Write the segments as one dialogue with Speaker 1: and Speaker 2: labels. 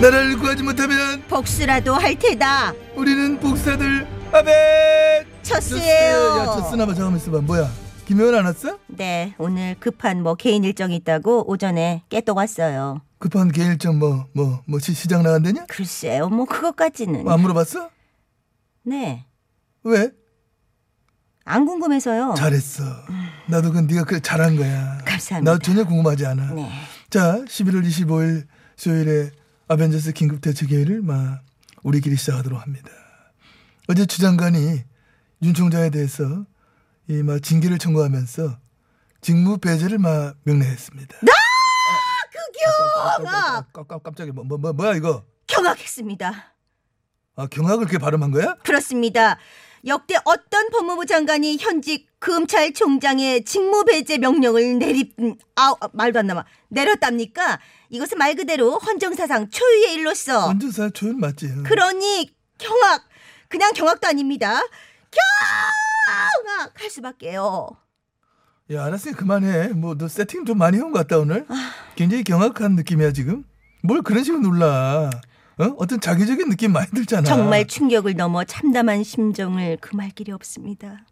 Speaker 1: 나라를 구하지 못하면
Speaker 2: 복수라도 할 테다.
Speaker 1: 우리는 복사들 아멘. 야,
Speaker 2: 첫수예요.
Speaker 1: 첫스나봐 잠깐만 있어봐. 뭐야? 김혜원 안 왔어?
Speaker 2: 네, 오늘 급한 뭐 개인 일정 이 있다고 오전에 깨떡 왔어요.
Speaker 1: 급한 개인 일정 뭐뭐뭐 시, 시장 나간다냐?
Speaker 2: 글쎄요, 뭐 그것까지는.
Speaker 1: 뭐안 물어봤어?
Speaker 2: 네,
Speaker 1: 왜?
Speaker 2: 안 궁금해서요.
Speaker 1: 잘했어. 나도 그 네가 그래 잘한 거야.
Speaker 2: 감사합니다.
Speaker 1: 나도 전혀 궁금하지 않아.
Speaker 2: 네.
Speaker 1: 자, 11월 25일 수요일에 아벤져스 긴급 대책회의를 막 우리끼리 시작하도록 합니다. 어제 추 장관이 윤 총장에 대해서 이막 징계를 청구하면서 직무 배제를 막 명령했습니다. 아,
Speaker 2: 그겨!
Speaker 1: 깜- 깜- 깜짝이야. 뭐, 뭐, 뭐, 뭐야 이거?
Speaker 2: 경악했습니다.
Speaker 1: 아, 경악을 그렇게 발음한 거야?
Speaker 2: 그렇습니다. 역대 어떤 법무부 장관이 현직 검찰총장의 직무배제 명령을 내립 음, 아 아, 말도 안 남아 내렸답니까? 이것은 말 그대로 헌정사상 초유의 일로서
Speaker 1: 원전사 초연 맞지? 응.
Speaker 2: 그러니 경악 그냥 경악도 아닙니다. 경악 할 수밖에요.
Speaker 1: 야, 알았으니 그만해. 뭐 너 세팅 좀 많이 해온 것 같다 오늘.
Speaker 2: 아.
Speaker 1: 굉장히 경악한 느낌이야 지금. 뭘 그런 식으로 놀라? 어? 어떤 자기적인 느낌 많이 들잖아.
Speaker 2: 정말 충격을 넘어 참담한 심정을 금할 길이 없습니다.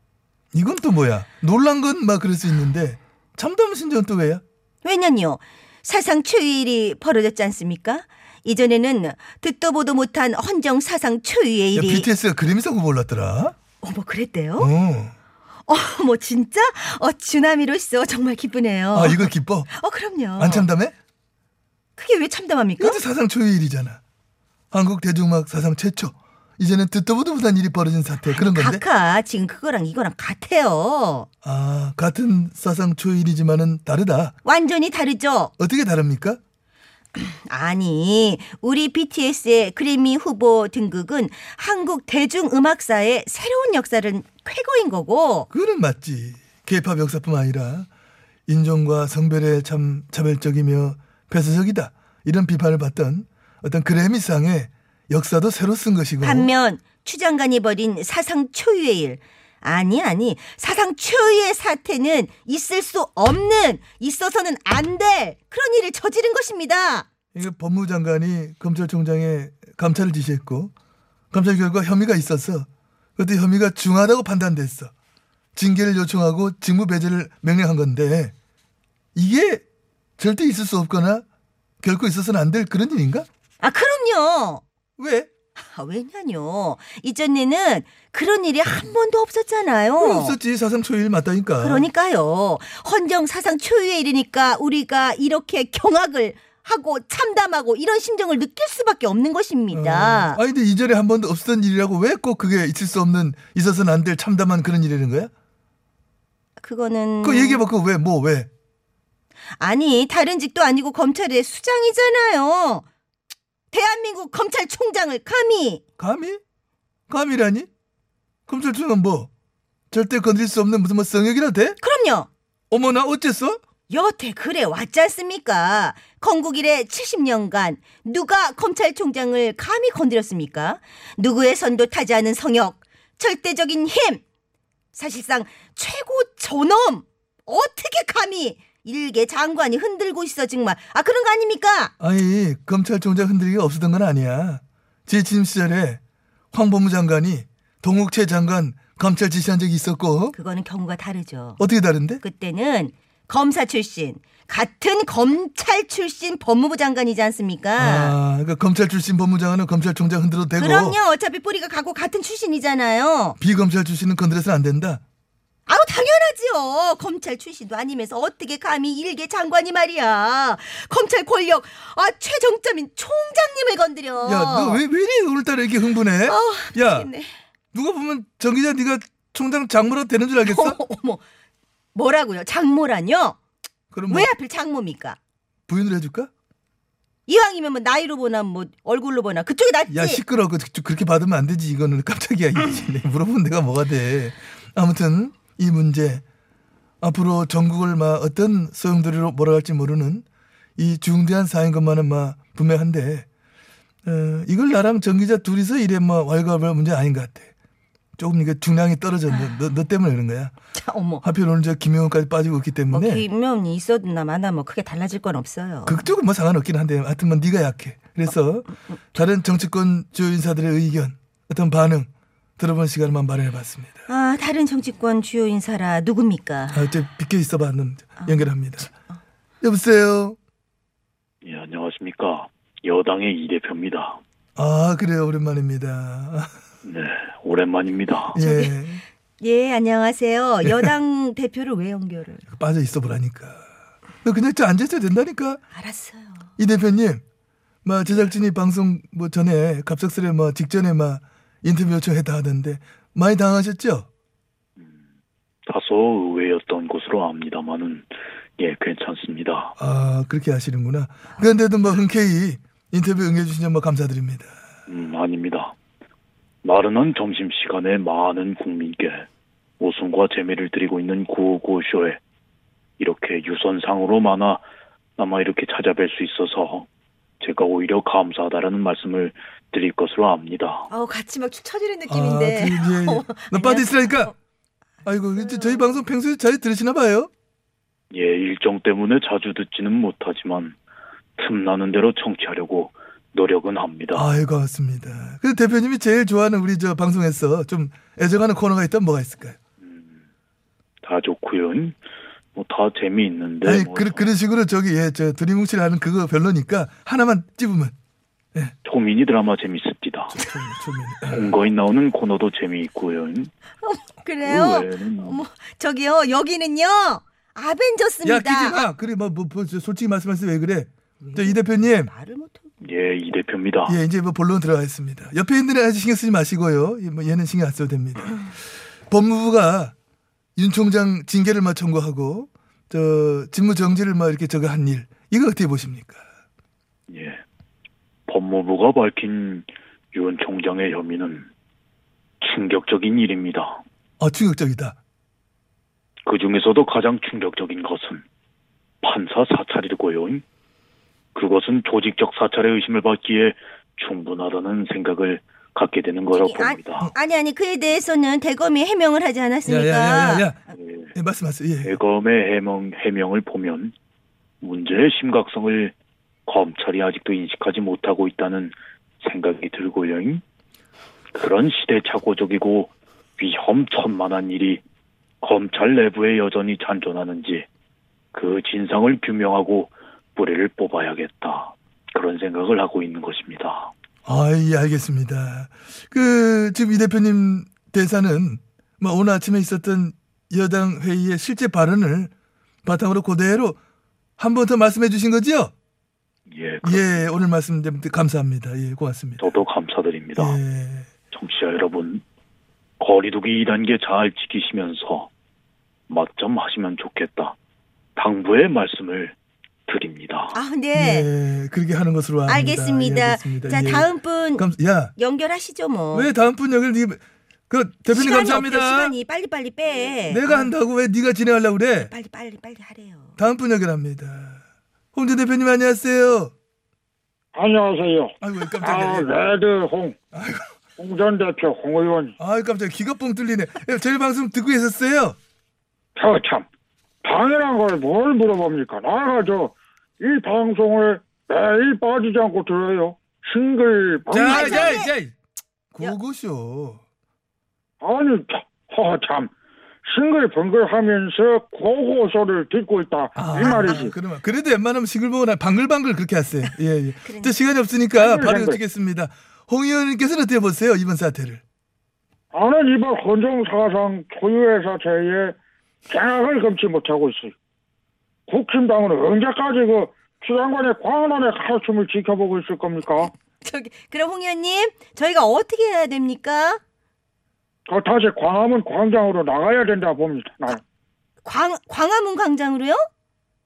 Speaker 1: 이건 또 뭐야? 놀란 건 막 그럴 수 있는데 참담 신전 또 왜야?
Speaker 2: 왜냐요 사상 초유의 일이 벌어졌지 않습니까? 이전에는 듣도 보도 못한 헌정 사상 초유의
Speaker 1: 야,
Speaker 2: 일이
Speaker 1: BTS가 그래미상 후보 올랐더라.
Speaker 2: 어머 그랬대요?
Speaker 1: 어.
Speaker 2: 어머 진짜? 어 주남이로서 정말 기쁘네요.
Speaker 1: 아 이거 기뻐?
Speaker 2: 어 그럼요.
Speaker 1: 안 참담해?
Speaker 2: 그게 왜 참담합니까?
Speaker 1: 이것도 사상 초유의 일이잖아. 한국 대중음악 사상 최초. 이제는 듣도 보도 못한 일이 벌어진 사태 그런 건데.
Speaker 2: 각하 지금 그거랑 이거랑 같아요.
Speaker 1: 아 같은 사상 초일이지만은 다르다.
Speaker 2: 완전히 다르죠.
Speaker 1: 어떻게 다릅니까?
Speaker 2: 아니, 우리 BTS의 그래미 후보 등극은 한국 대중음악사의 새로운 역사를 쾌거인 거고,
Speaker 1: 그거는 맞지. 케이팝 역사뿐 아니라 인종과 성별에 참 차별적이며 폐쇄적이다. 이런 비판을 받던 어떤 그래미상의 역사도 새로 쓴
Speaker 2: 네.
Speaker 1: 것이고.
Speaker 2: 반면 추 장관이 벌인 사상 초유의 일, 아니, 아니, 사상 초유의 사태는 있을 수 없는, 있어서는 안 될 그런 일을 저지른 것입니다.
Speaker 1: 이거 법무장관이 검찰총장에 감찰을 지시했고 감찰 결과 혐의가 있었어. 그것도 혐의가 중하다고 판단됐어. 징계를 요청하고 직무 배제를 명령한 건데 이게 절대 있을 수 없거나 결코 있어서는 안 될 그런 일인가?
Speaker 2: 아, 그럼요.
Speaker 1: 왜?
Speaker 2: 아, 왜냐뇨. 이전에는 그런 일이 한 번도 없었잖아요.
Speaker 1: 왜 없었지 사상 초일 맞다니까.
Speaker 2: 어. 그러니까요. 헌정 사상 초유의 일이니까 우리가 이렇게 경악을 하고 참담하고 이런 심정을 느낄 수밖에 없는 것입니다.
Speaker 1: 어. 아니 근데 이전에 한 번도 없었던 일이라고 왜 꼭 그게 있을 수 없는 있어서는 안 될 참담한 그런 일이라는 거야?
Speaker 2: 그거는
Speaker 1: 그거 얘기해봐 그거 왜 뭐 왜?
Speaker 2: 아니 다른 직도 아니고 검찰의 수장이잖아요. 대한민국 검찰총장을 감히
Speaker 1: 감히? 감히라니? 검찰총은 뭐 절대 건드릴 수 없는 무슨 뭐 성역이라 돼?
Speaker 2: 그럼요.
Speaker 1: 어머나 어째서?
Speaker 2: 여태 그래 왔지 않습니까? 건국 이래 70년간 누가 검찰총장을 감히 건드렸습니까? 누구의 선도 타지 않은 성역, 절대적인 힘, 사실상 최고 존엄 어떻게 감히 일개 장관이 흔들고 있어 정말 아 그런 거 아닙니까?
Speaker 1: 아니 검찰총장 흔들기가 없었던 건 아니야. 제 취임 시절에 황 법무장관이 동욱채 장관 감찰 지시한 적이 있었고
Speaker 2: 그거는 경우가 다르죠.
Speaker 1: 어떻게
Speaker 2: 네.
Speaker 1: 다른데?
Speaker 2: 그때는 검사 출신 같은 검찰 출신 법무부 장관이지 않습니까?
Speaker 1: 아, 그러니까 검찰 출신 법무장관은 검찰총장 흔들어도 되고
Speaker 2: 그럼요. 어차피 뿌리가 가고 같은 출신이잖아요.
Speaker 1: 비검찰 출신은 건드려서는 안 된다.
Speaker 2: 아우 당연하지요. 검찰 출신도 아니면서 어떻게 감히 일개 장관이 말이야. 검찰 권력 아 최정점인 총장님을 건드려.
Speaker 1: 야, 너 왜, 왜 이리 오늘따라 이렇게 흥분해?
Speaker 2: 아우,
Speaker 1: 야,
Speaker 2: 미치겠네.
Speaker 1: 누가 보면 정 기자 네가 총장 장모라 되는 줄 알겠어?
Speaker 2: 어머, 어머. 뭐라고요? 장모라뇨?
Speaker 1: 그럼 뭐
Speaker 2: 왜 하필 장모입니까?
Speaker 1: 부인을 해줄까?
Speaker 2: 이왕이면 뭐 나이로 보나 뭐 얼굴로 보나 그쪽이 낫지.
Speaker 1: 야 시끄러. 그, 그- 그렇게 받으면 안 되지. 이거는 깜짝이야.
Speaker 2: 음.
Speaker 1: 이게. 물어본 내가 뭐가 돼. 아무튼 이 문제 앞으로 전국을 막 어떤 소용돌이로 몰아갈지 모르는 이 중대한 사인 것만은 막 분명한데 어, 이걸 나랑 정 기자 둘이서 이래 막 왈가왈부 문제 아닌 것 같아. 조금 이게 중량이 떨어졌네. 너, 너 때문에 그런 거야.
Speaker 2: 자, 어머.
Speaker 1: 하필 오늘 저 김영훈까지 빠지고 있기
Speaker 2: 뭐
Speaker 1: 때문에
Speaker 2: 김명이 있었나 마나 뭐 크게 달라질 건 없어요.
Speaker 1: 극적은 뭐 상관없긴 한데 하여튼 뭐 네가 약해. 그래서 다른 정치권 주요 인사들의 의견 어떤 반응 들어본 시간만 마련해봤습니다.
Speaker 2: 아 다른 정치권 주요 인사라 누굽니까?
Speaker 1: 아, 이제 비켜 있어봐 는 연결합니다. 여보세요.
Speaker 3: 예, 안녕하십니까. 여당의 이 대표입니다.
Speaker 1: 아 그래요 오랜만입니다.
Speaker 3: 네, 오랜만입니다.
Speaker 1: 예
Speaker 2: 예 안녕하세요. 여당 대표를 왜 연결을?
Speaker 1: 빠져 있어 보라니까. 너 그냥 저 앉아 있어도 된다니까.
Speaker 2: 알았어요.
Speaker 1: 이 대표님, 막 제작진이 방송 뭐 전에 갑작스레 뭐 직전에 막 인터뷰 요청했다 하던데 많이 당하셨죠?
Speaker 3: 다소 의외였던 것으로 압니다만은 예, 괜찮습니다.
Speaker 1: 아 그렇게 하시는구나. 그런데도 뭐 흔쾌히 인터뷰 응해주신 점 뭐 감사드립니다.
Speaker 3: 음, 아닙니다. 나른한 점심시간에 많은 국민께 웃음과 재미를 드리고 있는 구호구호쇼에 이렇게 유선상으로 많아 아마 이렇게 찾아뵐 수 있어서 제가 오히려 감사하다라는 말씀을 드릴 것으로 압니다.
Speaker 2: 아우 같이 막 추천해주는
Speaker 1: 아,
Speaker 2: 느낌인데.
Speaker 1: 그, 예, 예.
Speaker 2: 어머,
Speaker 1: 너 빠져 있으라니까. 아이고 이제 저희 방송 평소에 잘 들으시나 봐요.
Speaker 3: 예, 일정 때문에 자주 듣지는 못하지만 틈나는 대로 청취하려고 노력은 합니다.
Speaker 1: 아이고 고맙습니다. 그 대표님이 제일 좋아하는 우리 저 방송에서 좀 애정하는 코너가 있다면 뭐가 있을까요?
Speaker 3: 다 좋고요. 뭐 다 재미있는데
Speaker 1: 아니
Speaker 3: 뭐
Speaker 1: 그, 그런 식으로 저기 예저 드림뭉치라는 그거 별로니까 하나만 찝으면
Speaker 3: 초미니 드라마 재밌습니다.
Speaker 1: 좀, 좀,
Speaker 3: 공거인 나오는 코너도 재미있고요.
Speaker 2: 그래요?
Speaker 3: 의외는 뭐
Speaker 2: 어머 저기요 여기는요 아벤져스입니다.
Speaker 1: 야 기지마 그래 뭐, 뭐, 뭐, 저 솔직히 말씀하세요 왜 그래? 저 이 대표님
Speaker 2: 말을 못해.
Speaker 3: 예, 이 대표입니다.
Speaker 1: 예 이제 뭐 본론 들어가겠습니다. 옆에 있는 애 아직 신경 쓰지 마시고요. 예, 뭐 얘는 신경 안 써도 됩니다. 법무부가 윤 총장 징계를 막 청구하고 저 직무 정지를 막 이렇게 저거 한 일 이거 어떻게 보십니까?
Speaker 3: 예. 법무부가 밝힌 윤 총장의 혐의는 충격적인 일입니다.
Speaker 1: 아 충격적이다.
Speaker 3: 그 중에서도 가장 충격적인 것은 판사 사찰이고요. 그것은 조직적 사찰의 의심을 받기에 충분하다는 생각을 갖게 되는 거라고
Speaker 2: 아,
Speaker 3: 봅니다.
Speaker 2: 아니 아니 그에 대해서는 대검이 해명을 하지 않았습니까?
Speaker 1: 야야야야야.
Speaker 3: 예,
Speaker 1: 예, 말씀하세요. 예.
Speaker 3: 대검의 해명, 해명을 보면 문제의 심각성을 검찰이 아직도 인식하지 못하고 있다는 생각이 들고요. 그런 시대착오적이고 위험천만한 일이 검찰 내부에 여전히 잔존하는지 그 진상을 규명하고 뿌리를 뽑아야겠다. 그런 생각을 하고 있는 것입니다.
Speaker 1: 아, 예, 알겠습니다. 그 지금 이 대표님 대사는 뭐 오늘 아침에 있었던 여당 회의의 실제 발언을 바탕으로 그대로 한 번 더 말씀해 주신 거지요?
Speaker 3: 예,
Speaker 1: 예, 오늘 말씀 좀 감사합니다. 예, 고맙습니다.
Speaker 3: 저도 감사드립니다.
Speaker 1: 예.
Speaker 3: 청취자 여러분, 거리두기 2단계 잘 지키시면서 맞점 하시면 좋겠다. 당부의 말씀을 드립니다.
Speaker 2: 아 네.
Speaker 1: 예, 그렇게 하는 것으로 합니다.
Speaker 2: 알겠습니다.
Speaker 1: 예,
Speaker 2: 자
Speaker 1: 예.
Speaker 2: 다음 분
Speaker 1: 감, 야,
Speaker 2: 연결하시죠 뭐.
Speaker 1: 왜 다음 분 연결 니- 그 대표님
Speaker 2: 시간이
Speaker 1: 감사합니다.
Speaker 2: 없대요, 시간이 음. 빨리 빨리 빼.
Speaker 1: 내가 한다고 왜 네가 진행하려고 그래?
Speaker 2: 빨리 빨리 빨리 하래요.
Speaker 1: 다음 분 연결합니다. 홍준 대표님 안녕하세요.
Speaker 4: 안녕하세요.
Speaker 1: 아이고
Speaker 4: 아,
Speaker 3: 네.
Speaker 1: 깜짝이야.
Speaker 4: 레드홍. 홍 전 대표, 홍 의원.
Speaker 1: 아이 깜짝 기가 뻥 뚫리네. 예, 저희 방송 듣고 계셨어요?
Speaker 4: 저 참. 당연한 걸 뭘 물어봅니까? 나가 저 이 방송을 매일 빠지지 않고 들어요. 싱글 방송.
Speaker 1: 자,
Speaker 2: 어, 아니,
Speaker 1: 자,
Speaker 2: 저기-
Speaker 1: 자. 고고쇼.
Speaker 4: 아니, 참. 허, 참. 싱글벙글 하면서 고고소를 듣고 있다. 이 말이지.
Speaker 1: 아, 그러면 그래도 웬만하면 싱글벙글 안- 방글방글 그렇게 하세요. 예, 예.
Speaker 2: 그러니까.
Speaker 1: 저 시간이 없으니까
Speaker 4: 방글방글.
Speaker 1: 바로 여쭙겠습니다. 홍 의원님께서는 어떻게 보세요 이번 사태를?
Speaker 4: 나는 이번 헌정사상 소유의 사태에 장악을 금치 못하고 있어요. 국힘당은 언제까지 그 추장관의 광란의 가슴을 지켜보고 있을 겁니까?
Speaker 2: 저기 그럼 홍 의원님 저희가 어떻게 해야 됩니까?
Speaker 4: 어, 다시 광화문 광장으로 나가야 된다 봅니다. 나는.
Speaker 2: 광 광화문 광장으로요?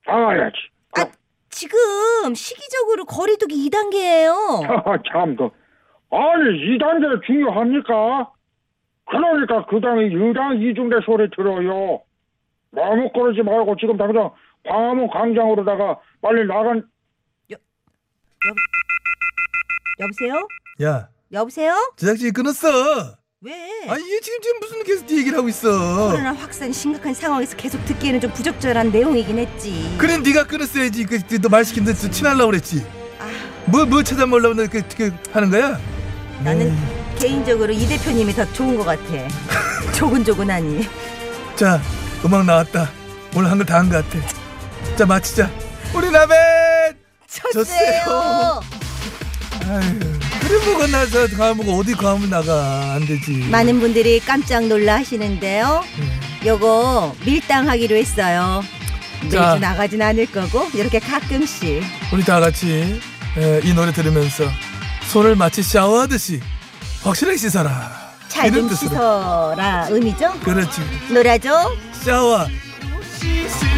Speaker 4: 나가야지.
Speaker 2: 아, 지금 시기적으로 거리두기 2단계예요.
Speaker 4: 참, 그. 아니, 이단계 중요합니까? 그러니까 그 당이 유당 이중대 소리 들어요. 너무 그러지 말고 지금 당장 광화문 광장으로다가 빨리 나간,
Speaker 2: 여보세요?
Speaker 1: 야,
Speaker 2: 여보세요?
Speaker 1: 제작진이 끊었어.
Speaker 4: 네.
Speaker 2: 왜?
Speaker 1: 아니 얘 지금 지금 무슨 계속 네 얘기를 하고 있어.
Speaker 2: 코로나 확산 심각한 상황에서 계속 듣기에는 좀 부적절한 내용이긴 했지.
Speaker 1: 그래 네가 끊었어야지. 그너말 시킨 데 친하려고 그랬지.
Speaker 4: 아.
Speaker 1: 뭐뭐 찾아 먹으려고 그렇게 하는 거야? 음.
Speaker 2: 나는 개인적으로 이 대표님이 더 좋은 것 같아. 조근조근하니.
Speaker 1: 자, 음악 나왔다. 오늘 한 걸 다 한 것 같아. 자, 마치자. 우리 라멘. 졌어요. 아유, 그래 뭐가 나서 과목 어디 과목 나가 안 되지.
Speaker 2: 많은 분들이 깜짝 놀라 하시는데요. 요거 밀당하기로 했어요. 매주
Speaker 1: 음. 자.
Speaker 2: 나가진 않을 거고 이렇게 가끔씩
Speaker 1: 우리 다 같이 예, 이 노래 들으면서 손을 마치 샤워하듯이 확실하게 씻어라.
Speaker 2: 잘
Speaker 1: 이런
Speaker 2: 좀
Speaker 1: 뜻으로.
Speaker 2: 씻어라 의미죠.
Speaker 1: 그렇지.
Speaker 2: 놀아줘.
Speaker 1: 샤워.
Speaker 5: 씻을